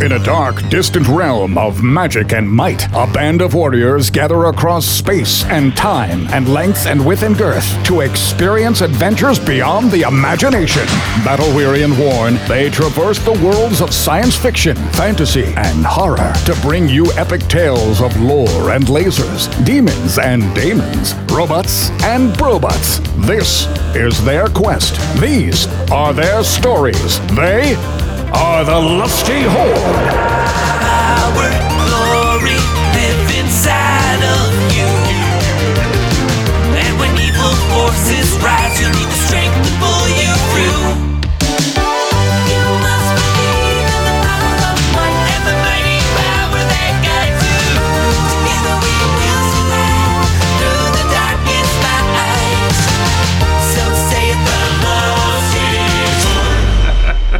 In a dark, distant realm of magic and might, a band of warriors gather across space and time and length and width and girth to experience adventures beyond the imagination. Battle weary and worn, they traverse the worlds of science fiction, fantasy, and horror to bring you epic tales of lore and lasers, demons and daemons, robots and brobots. This is their quest. These are their stories. They are the Lusty Horde. Our glory live inside of you. And when evil forces rise, you'll need the strength to pull you through. You must believe in the power of one and the mighty power that guides you. Together we will survive through the darkest night. So say it, the Lord.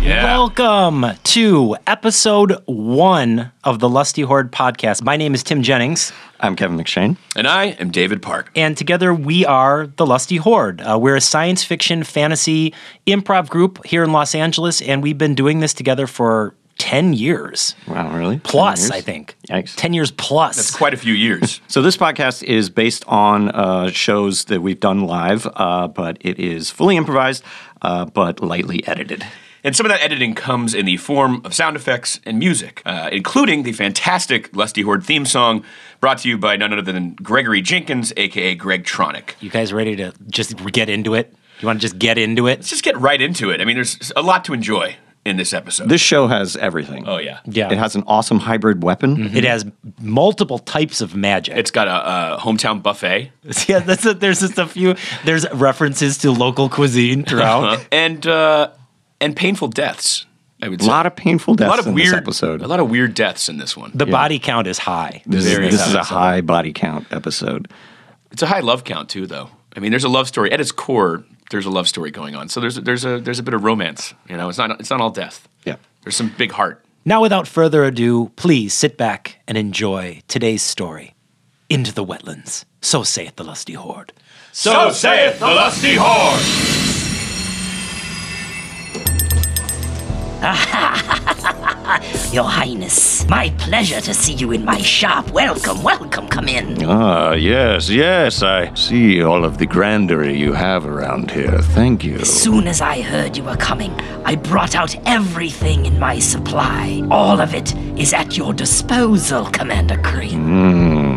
Welcome to episode one of the Lusty Horde podcast. My name is Tim Jennings, I'm Kevin McShane. And I am David Park. and together we are the Lusty Horde. Uh, we're a science fiction, fantasy, improv group here in Los Angeles, and we've been doing this together for 10 years Wow, really? plus, Ten I years? think. Yikes. 10 years plus. That's quite a few years. So this podcast is based on uh, shows that we've done live, uh, but it is fully improvised, uh, but lightly edited. And some of that editing comes in the form of sound effects and music, uh, including the fantastic Lusty Horde theme song brought to you by none other than Gregory Jenkins, aka Greg Tronic. You guys ready to just get into it? You want to just get into it? Let's just get right into it. I mean, there's a lot to enjoy in this episode. This show has everything. oh, yeah. Yeah. Mm-hmm. It has an awesome hybrid weapon. It has multiple types of magic. It's got a, a hometown buffet yeah, that's it. There's just a few. There's references to local cuisine throughout. and uh, and painful deaths. I would Uh-huh. A say. lot of painful deaths a lot of in weird this episode. A lot of weird deaths in this one. The body count is high. this is, very this is a episodes. high body count episode. It's a high love count too, though. I mean, there's a love story at its core. There's a love story going on. So there's there's a there's a bit of romance. You know, it's not it's not all death. Yeah. There's some big heart. Now, without further ado, please sit back and enjoy today's story Into the Wetlands. So saith the lusty horde. So saith the lusty horde. Your Highness, my pleasure to see you in my shop. Welcome, welcome, come in. Ah, yes, yes. I see all of the grandery you have around here. Thank you. Soon as I heard you were coming, I brought out everything in my supply. All of it is at your disposal, Commander Hmm. Crane.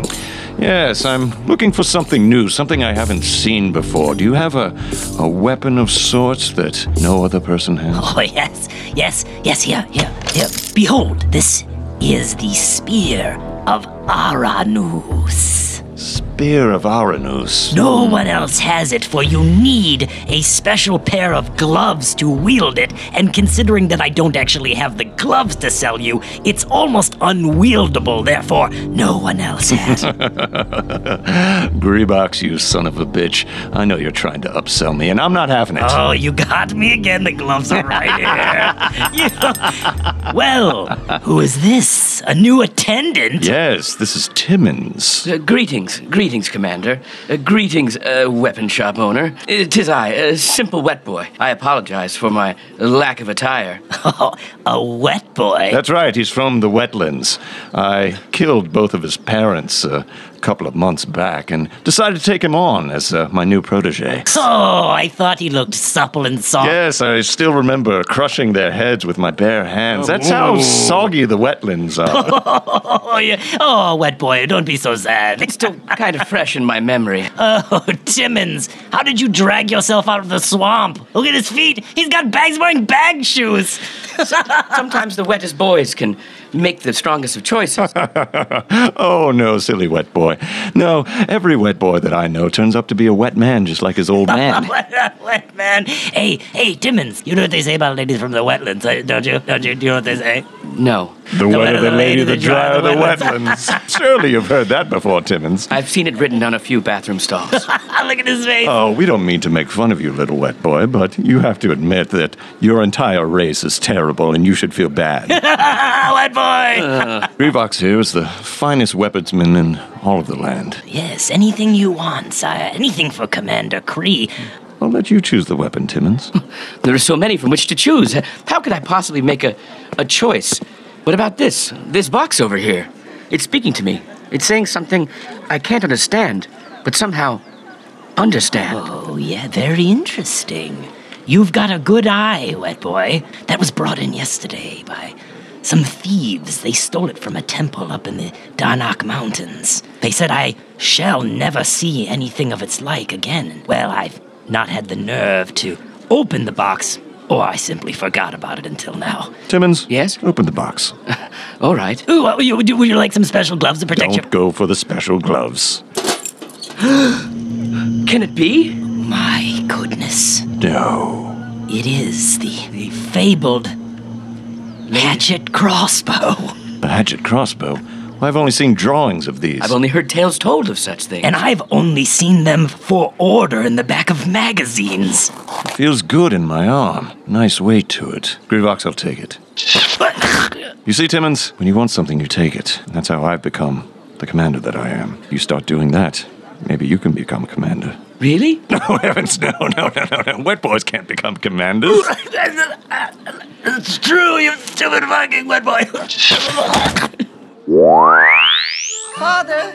Yes, I'm looking for something new, something I haven't seen before. Do you have a, a weapon of sorts that no other person has? Oh, yes, yes, yes, here, here, here. Behold, this is the Spear of Aranus. Spear of Aranus. No one else has it, for you need a special pair of gloves to wield it. And considering that I don't actually have the gloves to sell you, it's almost unwieldable, therefore, no one else has. it. Greebox, you son of a bitch. I know you're trying to upsell me, and I'm not having it. oh, you got me again. The gloves are right here. You- Well, who is this? A new attendant? yes, this is Timmons. Uh, greetings, greetings, Commander. Uh, greetings, uh, weapon shop owner. Uh, Tis I, a simple wet boy. I apologize for my lack of attire. Oh, a wet boy. That's right, he's from the wetlands. I killed both of his parents a couple of months back and decided to take him on as uh, my new protege. oh, I thought he looked supple and soft. Yes, I still remember crushing their heads with my bare hands. That's how soggy the wetlands are. Oh, yeah. oh, wet boy, don't be so sad. It's still kind of fresh in my memory. Oh, Timmons, how did you drag yourself out of the swamp? Look at his feet. He's got bags wearing bag shoes. Sometimes the wettest boys can make the strongest of choices. oh no, silly wet boy. No, every wet boy that I know turns up to be a wet man just like his old man. Wet man. Hey, hey, Timmons, you know what they say about ladies from the wetlands, eh? don't you? Don't you? Do you know what they say? No. the wetter the lady, the drier the drier the wetlands. Surely you've heard that before, Timmons. I've seen it written on a few bathroom stalls. Ah, look at his face. Oh, we don't mean to make fun of you, little wet boy, but you have to admit that your entire race is terrible and you should feel bad. Ah, wet boy. Uh. Revox here is the finest weaponsman in all of the land. yes, anything you want, sire. Anything for Commander Cree. I'll let you choose the weapon, Timmons. there are so many from which to choose. How could I possibly make a, a choice? What about this? This box over here? It's speaking to me. It's saying something I can't understand, but somehow understand. Oh, yeah, very interesting. You've got a good eye, wet boy. That was brought in yesterday by some thieves. They stole it from a temple up in the Darnak Mountains. They said I shall never see anything of its like again. Well, I've not had the nerve to open the box, or I simply forgot about it until now. Timmons? Yes? Open the box. All right. Ooh, what, would, you, would you- would you like some special gloves to protect Don't go for the special gloves. Can it be? you? My goodness. No. It is the, the fabled hatchet crossbow. The hatchet crossbow? I've only seen drawings of these. I've only heard tales told of such things. And I've only seen them for order in the back of magazines. Feels good in my arm. Nice weight to it. Grivox, I'll take it. You see, Timmons, when you want something, you take it. That's how I've become the commander that I am. You start doing that, maybe you can become a commander. really? No, heavens, no, no, no, no, no. Wet boys can't become commanders. It's true, you stupid fucking wet boy. Father!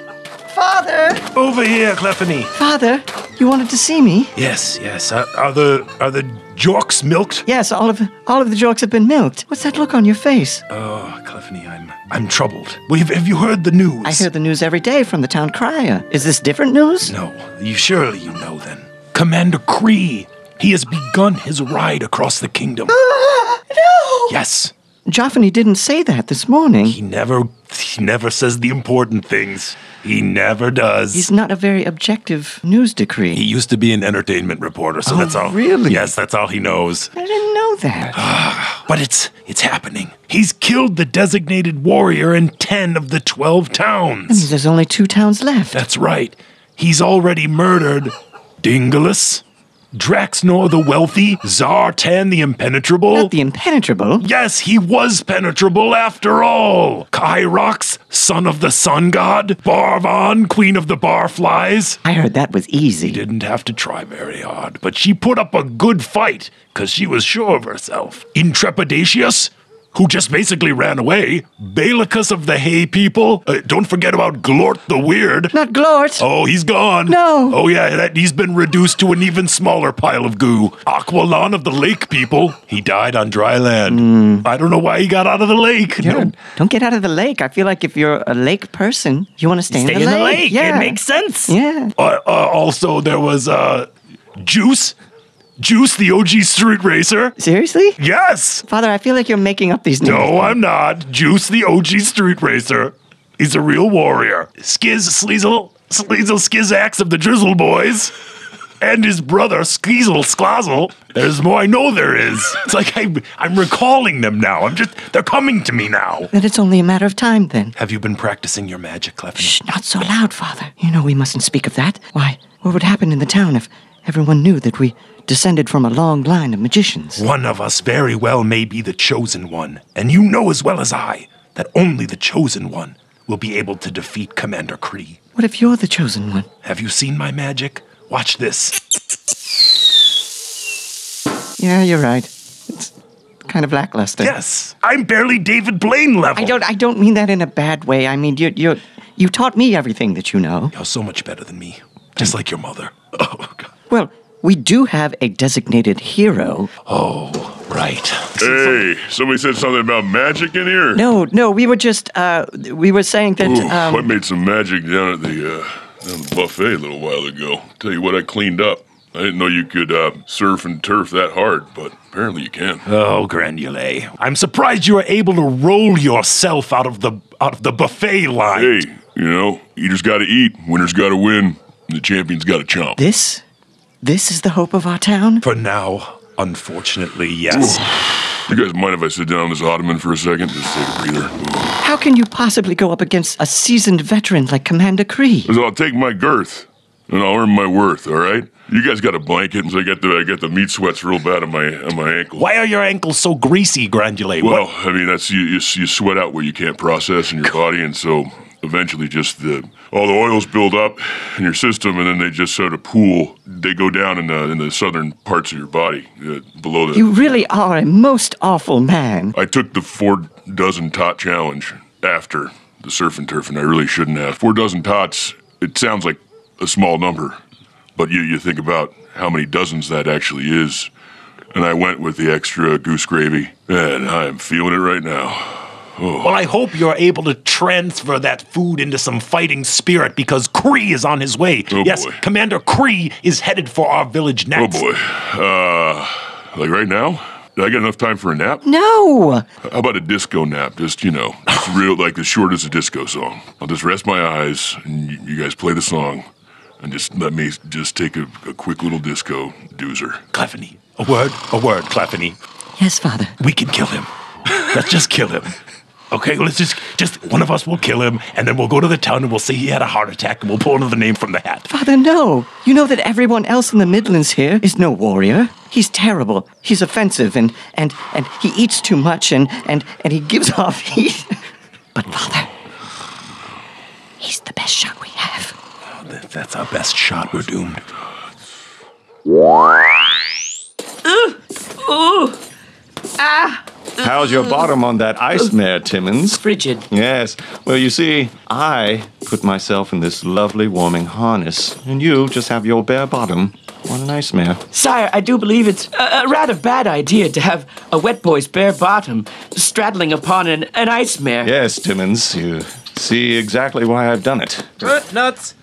Father! Over here, Clefany. Father! You wanted to see me? Yes, yes. Are, are the are the jorks milked? Yes, all of all of the jokes have been milked. What's that look on your face? Oh, Clefany, I'm I'm troubled. Well, have, have you heard the news? I hear the news every day from the town crier. Is this different news? No, you surely you know then. Commander Cree, he has begun his ride across the kingdom. No! yes, Joffany didn't say that this morning. he never he never says the important things. He never does. He's not a very objective news decree. Oh, he used to be an entertainment reporter, so that's all. really? Yes, that's all he knows. I didn't know that. But it's it's happening. He's killed the designated warrior in 10 of the 12 towns. There's only two towns left. That's right. He's already murdered Dingalus, Draxnor the Wealthy, Zartan the Impenetrable. Not the impenetrable. yes, he was penetrable after all. Kyrox, son of the sun god, Barvan, queen of the barflies. I heard that was easy. Didn't have to try very hard, but she put up a good fight because she was sure of herself. Intrepidatius, who just basically ran away. Balicus of the Hay People. Uh, don't forget about Glort the Weird. Not Glort. Oh, he's gone. No. Oh, yeah, that, he's been reduced to an even smaller pile of goo. Aqualon of the lake people. He died on dry land. Hmm. I don't know why he got out of the lake. No. Don't get out of the lake. I feel like if you're a lake person, you want to stay, Stay in the lake. Yeah. It makes sense. Yeah. Uh, uh, also, there was uh, Juice. Juice, the OG street racer. Seriously? Yes. Father, I feel like you're making up these names. No, I'm not. Juice, the OG street racer. He's a real warrior. Skiz, Sleazel, Sleazel, Skizax of the Drizzle Boys. And his brother, Skeezel Sklozel. There's more I know there is. It's like I'm, I'm recalling them now. I'm just, they're coming to me now. Then it's only a matter of time then. Have you been practicing your magic, Clefany? Shh, not so loud, Father. You know we mustn't speak of that. Why, what would happen in the town if everyone knew that we descended from a long line of magicians? One of us very well may be the chosen one. And you know as well as I that only the chosen one will be able to defeat Commander Kree. What if you're the chosen one? Have you seen my magic? Watch this. Yeah, you're right. It's kind of lackluster. Yes, I'm barely David Blaine level. I don't I don't mean that in a bad way. I mean you you you taught me everything that you know. You're so much better than me, just like your mother. Oh, God. Well, we do have a designated hero. oh, right. Hey, somebody said something about magic in here. No, no, we were just uh we were saying that Ooh, I um made some magic down at the uh, down the buffet a little while ago. Tell you what, I cleaned up. I didn't know you could uh, surf and turf that hard, but apparently you can. Oh, Granule, I'm surprised you were able to roll yourself out of the out of the buffet line. hey, you know, eaters got to eat, winners got to win, and the champions got to chomp. this this is the hope of our town? For now, unfortunately, yes. you guys mind if I sit down on this ottoman for a second? Just take a breather. Ooh. How can you possibly go up against a seasoned veteran like Commander Cree? So I'll take my girth. And I'll earn my worth, all right? You guys got a blanket, and so I got the I got the meat sweats real bad on my on my ankles. Why are your ankles so greasy, Granule? Well, what? I mean, that's you, you. You sweat out what you can't process in your body, and so eventually just the all the oils build up in your system, and then they just sort of pool. They go down in the in the southern parts of your body, uh, below the. You really are a most awful man. I took the four dozen tot challenge after the surf and turf, and I really shouldn't have. Four dozen tots, it sounds like a small number, but you, you think about how many dozens that actually is. And I went with the extra goose gravy, and I am feeling it right now. Oh. Well, I hope you're able to transfer that food into some fighting spirit because Kree is on his way. Oh, yes, boy. Commander Kree is headed for our village Oh next. boy. Uh, like right now? Did I get enough time for a nap? No! How about a disco nap? Just, you know, just real, like as short as a disco song. I'll just rest my eyes and you, you guys play the song and just let me just take a, a quick little disco doozer. Clefany. A word, a word, Clefany. Yes, Father. We can kill him. Let's just kill him. Okay, let's just, just one of us will kill him, and then we'll go to the town and we'll say he had a heart attack, and we'll pull another name from the hat. Father, no. You know that everyone else in the Midlands here is no warrior. He's terrible. He's offensive and and and he eats too much and and and he gives off heat. But Father, he's the best shot we have. If Oh, that's our best shot, we're doomed. Ah. How's your bottom on that ice mare, Timmins? Frigid. Yes. Well, you see, I put myself in this lovely warming harness, and you just have your bare bottom on an ice mare. Sire, I do believe it's a, a rather bad idea to have a wet boy's bare bottom straddling upon an, an ice mare. Yes, Timmins, you see exactly why I've done it. Burnt nuts.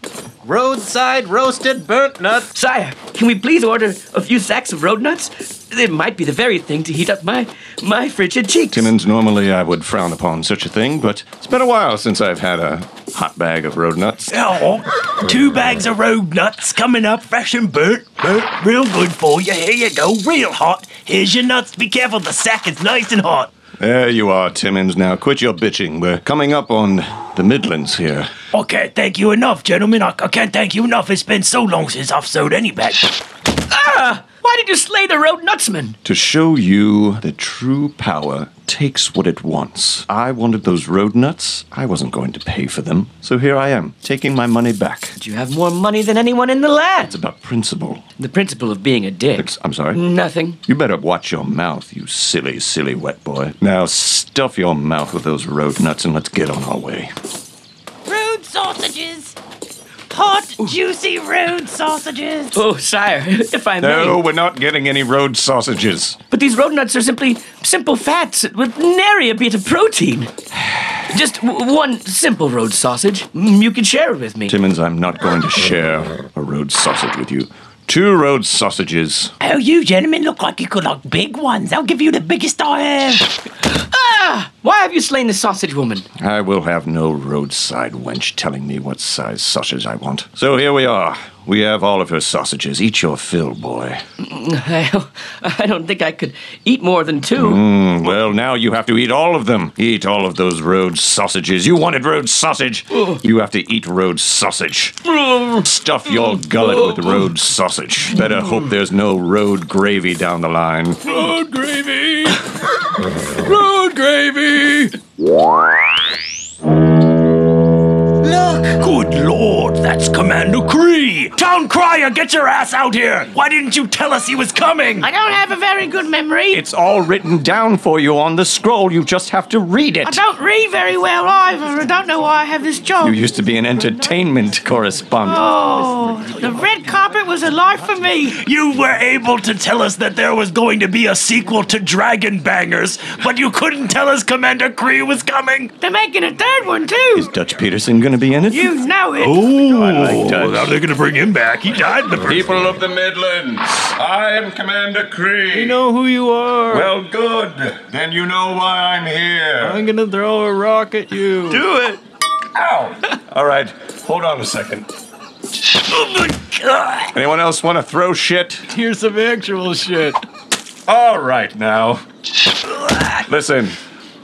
Roadside roasted burnt nuts. Sire, can we please order a few sacks of road nuts? It might be the very thing to heat up my my frigid cheeks. Timmins, normally I would frown upon such a thing, but it's been a while since I've had a hot bag of road nuts. Oh, two bags of road nuts coming up, fresh and burnt, burnt, real good for you. Here you go, real hot. Here's your nuts. Be careful, the sack is nice and hot. There you are, Timmins. Now quit your bitching. We're coming up on the Midlands here. I can't thank you enough, gentlemen. I, I can't thank you enough. It's been so long since I've sewed any bag. Ah. Why did you slay the road nutsman? To show you that true power takes what it wants. I wanted those road nuts. I wasn't going to pay for them. So here I am, taking my money back. It's You have more money than anyone in the land. about principle. The principle of being a dick. It's, I'm sorry. Nothing. You better watch your mouth, you silly, silly wet boy. Now stuff your mouth with those road nuts and let's get on our way. Road sausages. Hot, juicy road sausages. Oh, sire, if I No, may. we're not getting any road sausages. But these road nuts are simply simple fats with nary a bit of protein. Just w- one simple road sausage. Mm, You can share it with me. Timmins, I'm not going to share a road sausage with you. Two road sausages. Oh, you gentlemen look like you could like big ones. I'll give you the biggest I have. Ah, Why have you slain the sausage woman? I will have no roadside wench telling me what size sausage I want. So here we are. We have all of her sausages. Eat your fill, boy. I, I don't think I could eat more than two. Mm, Well, now you have to eat all of them. Eat all of those road sausages. You wanted road sausage. You have to eat road sausage. Stuff your gullet with road sausage. Better hope there's no road gravy down the line. Road gravy! Road gravy! Good lord, that's Commander Cree! Town Crier, get your ass out here! Why didn't you tell us he was coming? I don't have a very good memory. It's all written down for you on the scroll. You just have to read it. don't read very well either. I don't know why I have this You job. used to be an entertainment correspondent. Oh, the red carpet was a life for me. You were able to tell us that there was going to be a sequel to Dragon Bangers, but you couldn't tell us Commander Cree was coming. They're making a third one too. Is Dutch Peterson going to be in it? Oh, You know it. Ooh, Dutch. now they're gonna bring him back. He died in the first. People of the Midlands, I am Commander Cree. We know who you are. Well, good. Then you know why I'm here. gonna throw a rock at you. do it. Ow! All right, hold on a second. Anyone else want to throw shit? Here's some actual shit. All right, now. Listen,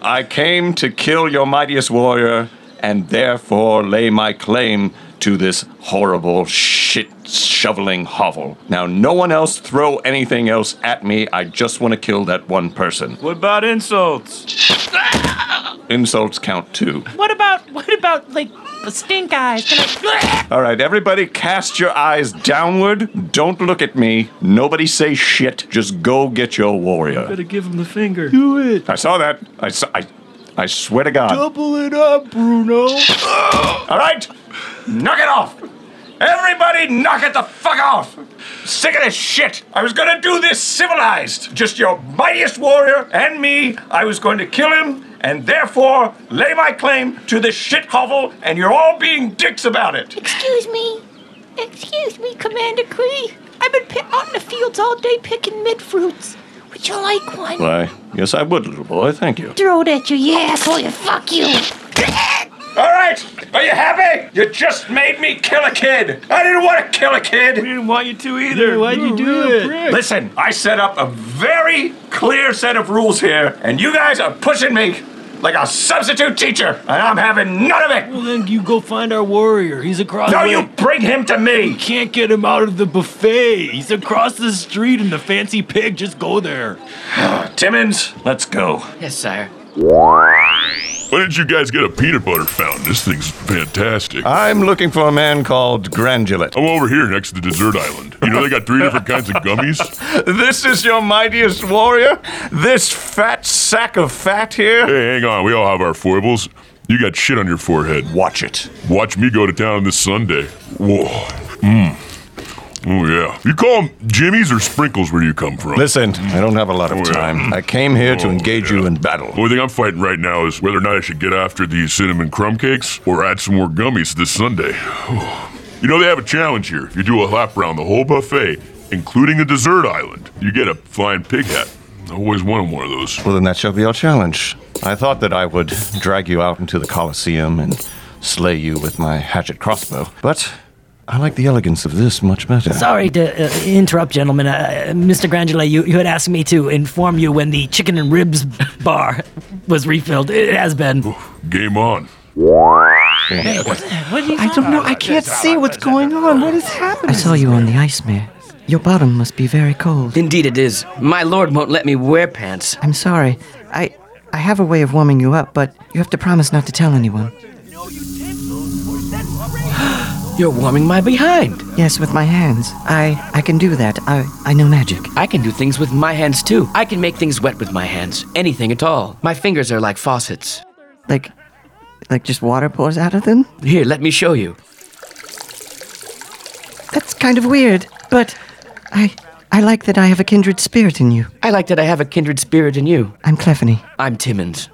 I came to kill your mightiest warrior and therefore lay my claim to this horrible shit shoveling hovel. Now, no one else throw anything else at me. I just want to kill that one person. What about insults? Insults count too. What about what about like the stink eyes? Can I- All right, everybody, cast your eyes downward. Don't look at me. Nobody say shit. Just go get your warrior. Gotta give him the finger. Do it. I saw that. I saw, I, I swear to God. Double it up, Bruno. All right, knock it off. Everybody, knock it the fuck off. Sick of this shit. I was gonna do this civilized. Just your mightiest warrior and me. I was going to kill him and therefore lay my claim to this shit hovel, and you're all being dicks about it. Excuse me. Excuse me, Commander Cree. I've been pi- out in the fields all day picking mid fruits. Would you like one? Why, yes, I would, little boy. Thank you. Throw it at you, you asshole, you fuck you. All right, are you happy? You just made me kill a kid. I didn't want to kill a kid. We didn't want you to either. why'd you do it? Listen, I set up a very clear set of rules here, and you guys are pushing me like a substitute teacher, and I'm having none of it. Well, then you go find our warrior. He's across. No, the- you bring him to me. You can't get him out of the buffet. He's across the street in the fancy pig. Just go there. Timmons, let's go. Yes, sire. Why didn't you guys get a peanut butter fountain? This thing's fantastic. I'm looking for a man called Grandulate. I'm over here next to the dessert island. You know they got three different kinds of gummies. This is your mightiest warrior? This fat sack of fat here? Hey, hang on. We all have our foibles. You got shit on your forehead. Watch it. Watch me go to town this Sunday. Whoa. Mmm. Oh yeah. You call them jimmies or sprinkles? Where do you come from? Oh, Listen, I don't have a lot of time. I came here to engage you in battle. The only thing I'm fighting right now is whether or not I should get after these cinnamon crumb cakes or add some more gummies this Sunday. Oh. you know, they have a challenge here. If you do a lap around the whole buffet, including the dessert island, you get a flying pig hat. I always wanted one of those. Well, then that shall be our challenge. I thought that I would drag you out into the Colosseum and slay you with my hatchet crossbow, but I like the elegance of this much better. Sorry to uh, interrupt, gentlemen. Uh, Mr. Grandula, you, you had asked me to inform you when the chicken and ribs bar was refilled. It has been. Game on. I don't know. I can't see what's going on. What is happening? I saw you on the ice mare. Your bottom must be very cold. Indeed, it is. My lord won't let me wear pants. I'm sorry. I I have a way of warming you up, but you have to promise not to tell anyone. You're warming my behind. Yes, with my hands. I I can do that. I I know magic. I can do things with my hands too. I can make things wet with my hands. Anything at all. My fingers are like faucets. Like like just water pours out of them? Here, let me show you. That's kind of weird, but I I like that I have a kindred spirit in you. I like that I have a kindred spirit in you. I'm Clefany. I'm Timmons,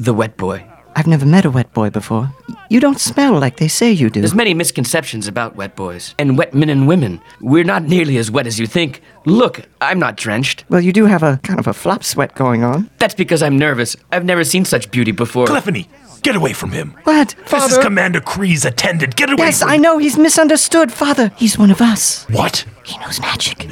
the wet boy. I've never met a wet boy before. You don't smell like they say you do. There's many misconceptions about wet boys and wet men and women. We're not nearly as wet as you think. Look, I'm not drenched. Well, you do have a kind of a flop sweat going on. That's because I'm nervous. I've never seen such beauty before. Clefany, get away from him. What? This is Commander Kree's attendant. Get away Yes, from I know he's misunderstood, Father. He's one of us. What? He knows magic.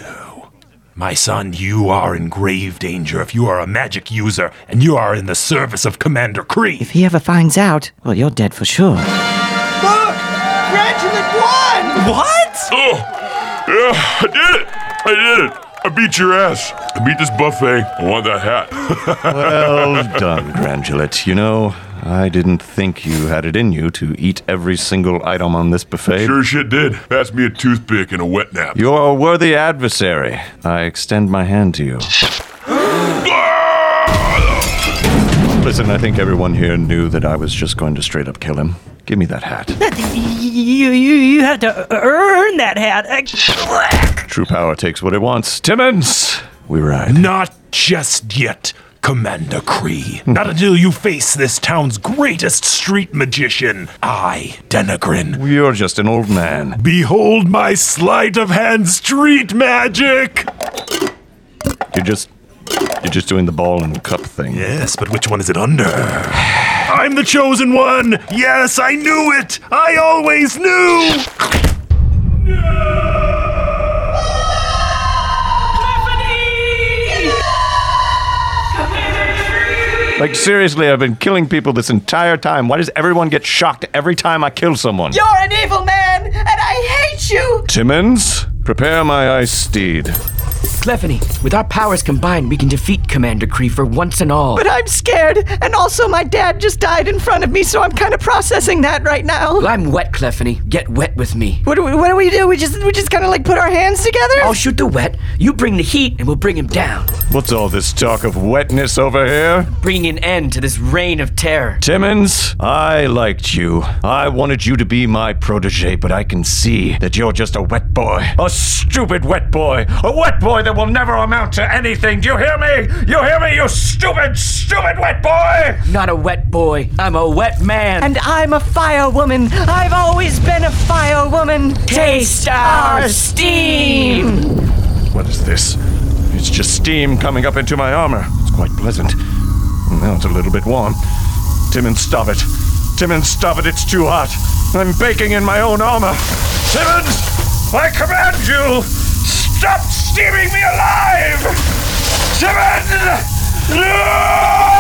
My son, you are in grave danger if you are a magic user and you are in the service of Commander Kree. If he ever finds out, well, you're dead for sure. Look, Grandulate won. What? Oh, yeah, I did it. I did it. I beat your ass. I beat this buffet. I want that hat. well done, Grandulet. You know, I didn't think you had it in you to eat every single item on this buffet. sure shit did. Pass me a toothpick and a wet nap. You're a worthy adversary. I extend my hand to you. Listen, I think everyone here knew that I was just going to straight up kill him. Give me that hat. You, you, you had to earn that hat. I- True power takes what it wants. Timmons, we ride. Not just yet, Commander Kree. Not until you face this town's greatest street magician, I, Denegrin. You're just an old man. Behold my sleight of hand street magic! You're just you're just doing the ball and cup thing. Yes, but which one is it under? I'm the chosen one! Yes, I knew it! I always knew! Like seriously, I've been killing people this entire time. Why does everyone get shocked every time I kill someone? You're an evil man, and I hate you! Timmons, prepare my ice steed. Slephany, with our powers combined, we can defeat Commander Cree for once and all. But I'm scared, and also my dad just died in front of me, so I'm kind of processing that right now. Well, I'm wet, Clefany. Get wet with me. What do we, what do, we do? We just we just kind of like put our hands together. I'll shoot the wet. You bring the heat, and we'll bring him down, What's all this talk of wetness over here? bringing an end to this reign of terror. Timmons, I liked you. I wanted you to be my protege, but I can see that you're just a wet boy. A stupid wet boy. A wet boy that will never amount to anything. Do you hear me? You hear me, you stupid, stupid wet boy? Not a wet boy. I'm a wet man. And I'm a fire woman. I've always been a fire woman. Taste our steam. What is this? It's just steam coming up into my armor. It's quite pleasant. Now it's a little bit warm. Timmons, stop it. Timmons, stop it. It's too hot. I'm baking in my own armor. Timmons, I command you, stop steaming me alive! Timmons!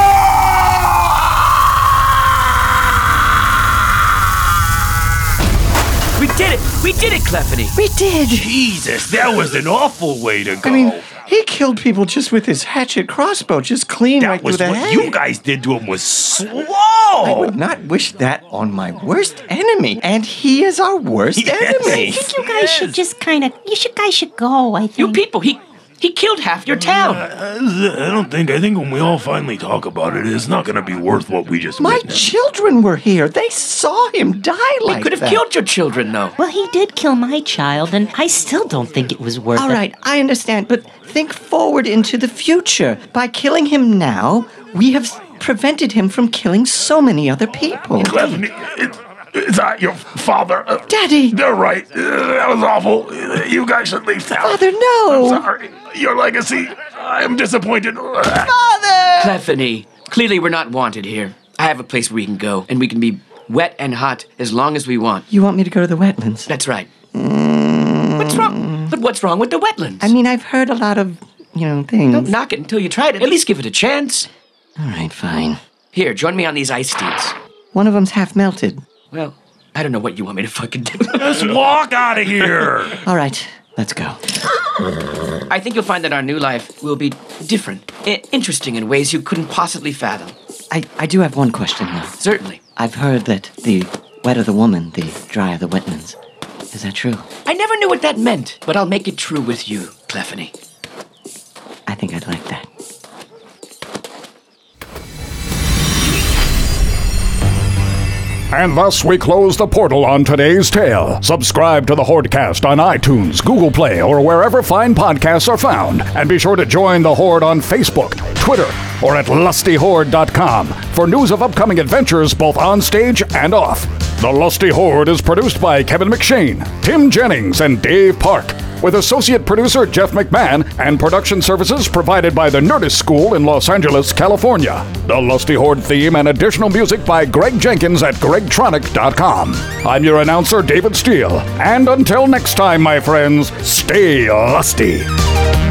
We did it! We did it, Clefany! We did. Jesus, that was an awful way to go. I mean, he killed people just with his hatchet crossbow, just clean right was through the what head. you guys did to him was slow. I would not wish that on my worst enemy, and he is our worst I enemy. think you guys should just kind of. You should guys should go. I think. You people. He he killed half your town. I don't think. I think when we all finally talk about it, it's not going to be worth what we just My witnessed. children were here. They saw him die like He could have that. killed your children, though. Well, he did kill my child, and I still don't think it was worth All it. right, I understand, but think forward into the future. By killing him now, we have prevented him from killing so many other people. Clefany, is that your father? Uh, Daddy! They're right. Uh, that was awful. Uh, You guys should leave town. Father, no! I'm sorry. Your legacy. I'm disappointed. Clefany, clearly we're not wanted here. I have a place where we can go, and we can be wet and hot as long as we want. You want me to go to the wetlands? Mm. That's right. What's wrong? But what's wrong with the wetlands? I mean, I've heard a lot of, you know, things. Don't knock it until you try it. At least give it a chance. All right, fine. Here, join me on these ice steeds. One of them's half melted. Well, I don't know what you want me to fucking do. Just walk out of here. All right, let's go. I think you'll find that our new life will be different, i- interesting in ways you couldn't possibly fathom. I, I do have one question, though. Certainly. I've heard that the wetter the woman, the drier the wetlands. Is that true? I never knew what that meant, but I'll make it true with you, Clefany. I think I'd like that. And thus we close the portal on today's tale. Subscribe to the Hordecast on iTunes, Google Play, or wherever fine podcasts are found. And be sure to join the Horde on Facebook, Twitter, or at lustyhorde.com for news of upcoming adventures both on stage and off. The Lusty Horde is produced by Kevin McShane, Tim Jennings, and Dave Park with associate producer Jeff McMahon and production services provided by the Nerdist School in Los Angeles, California. The Lusty Horde theme and additional music by Greg Jenkins at gregtronic.com. I'm your announcer, David Steele, and until next time, my friends, stay lusty.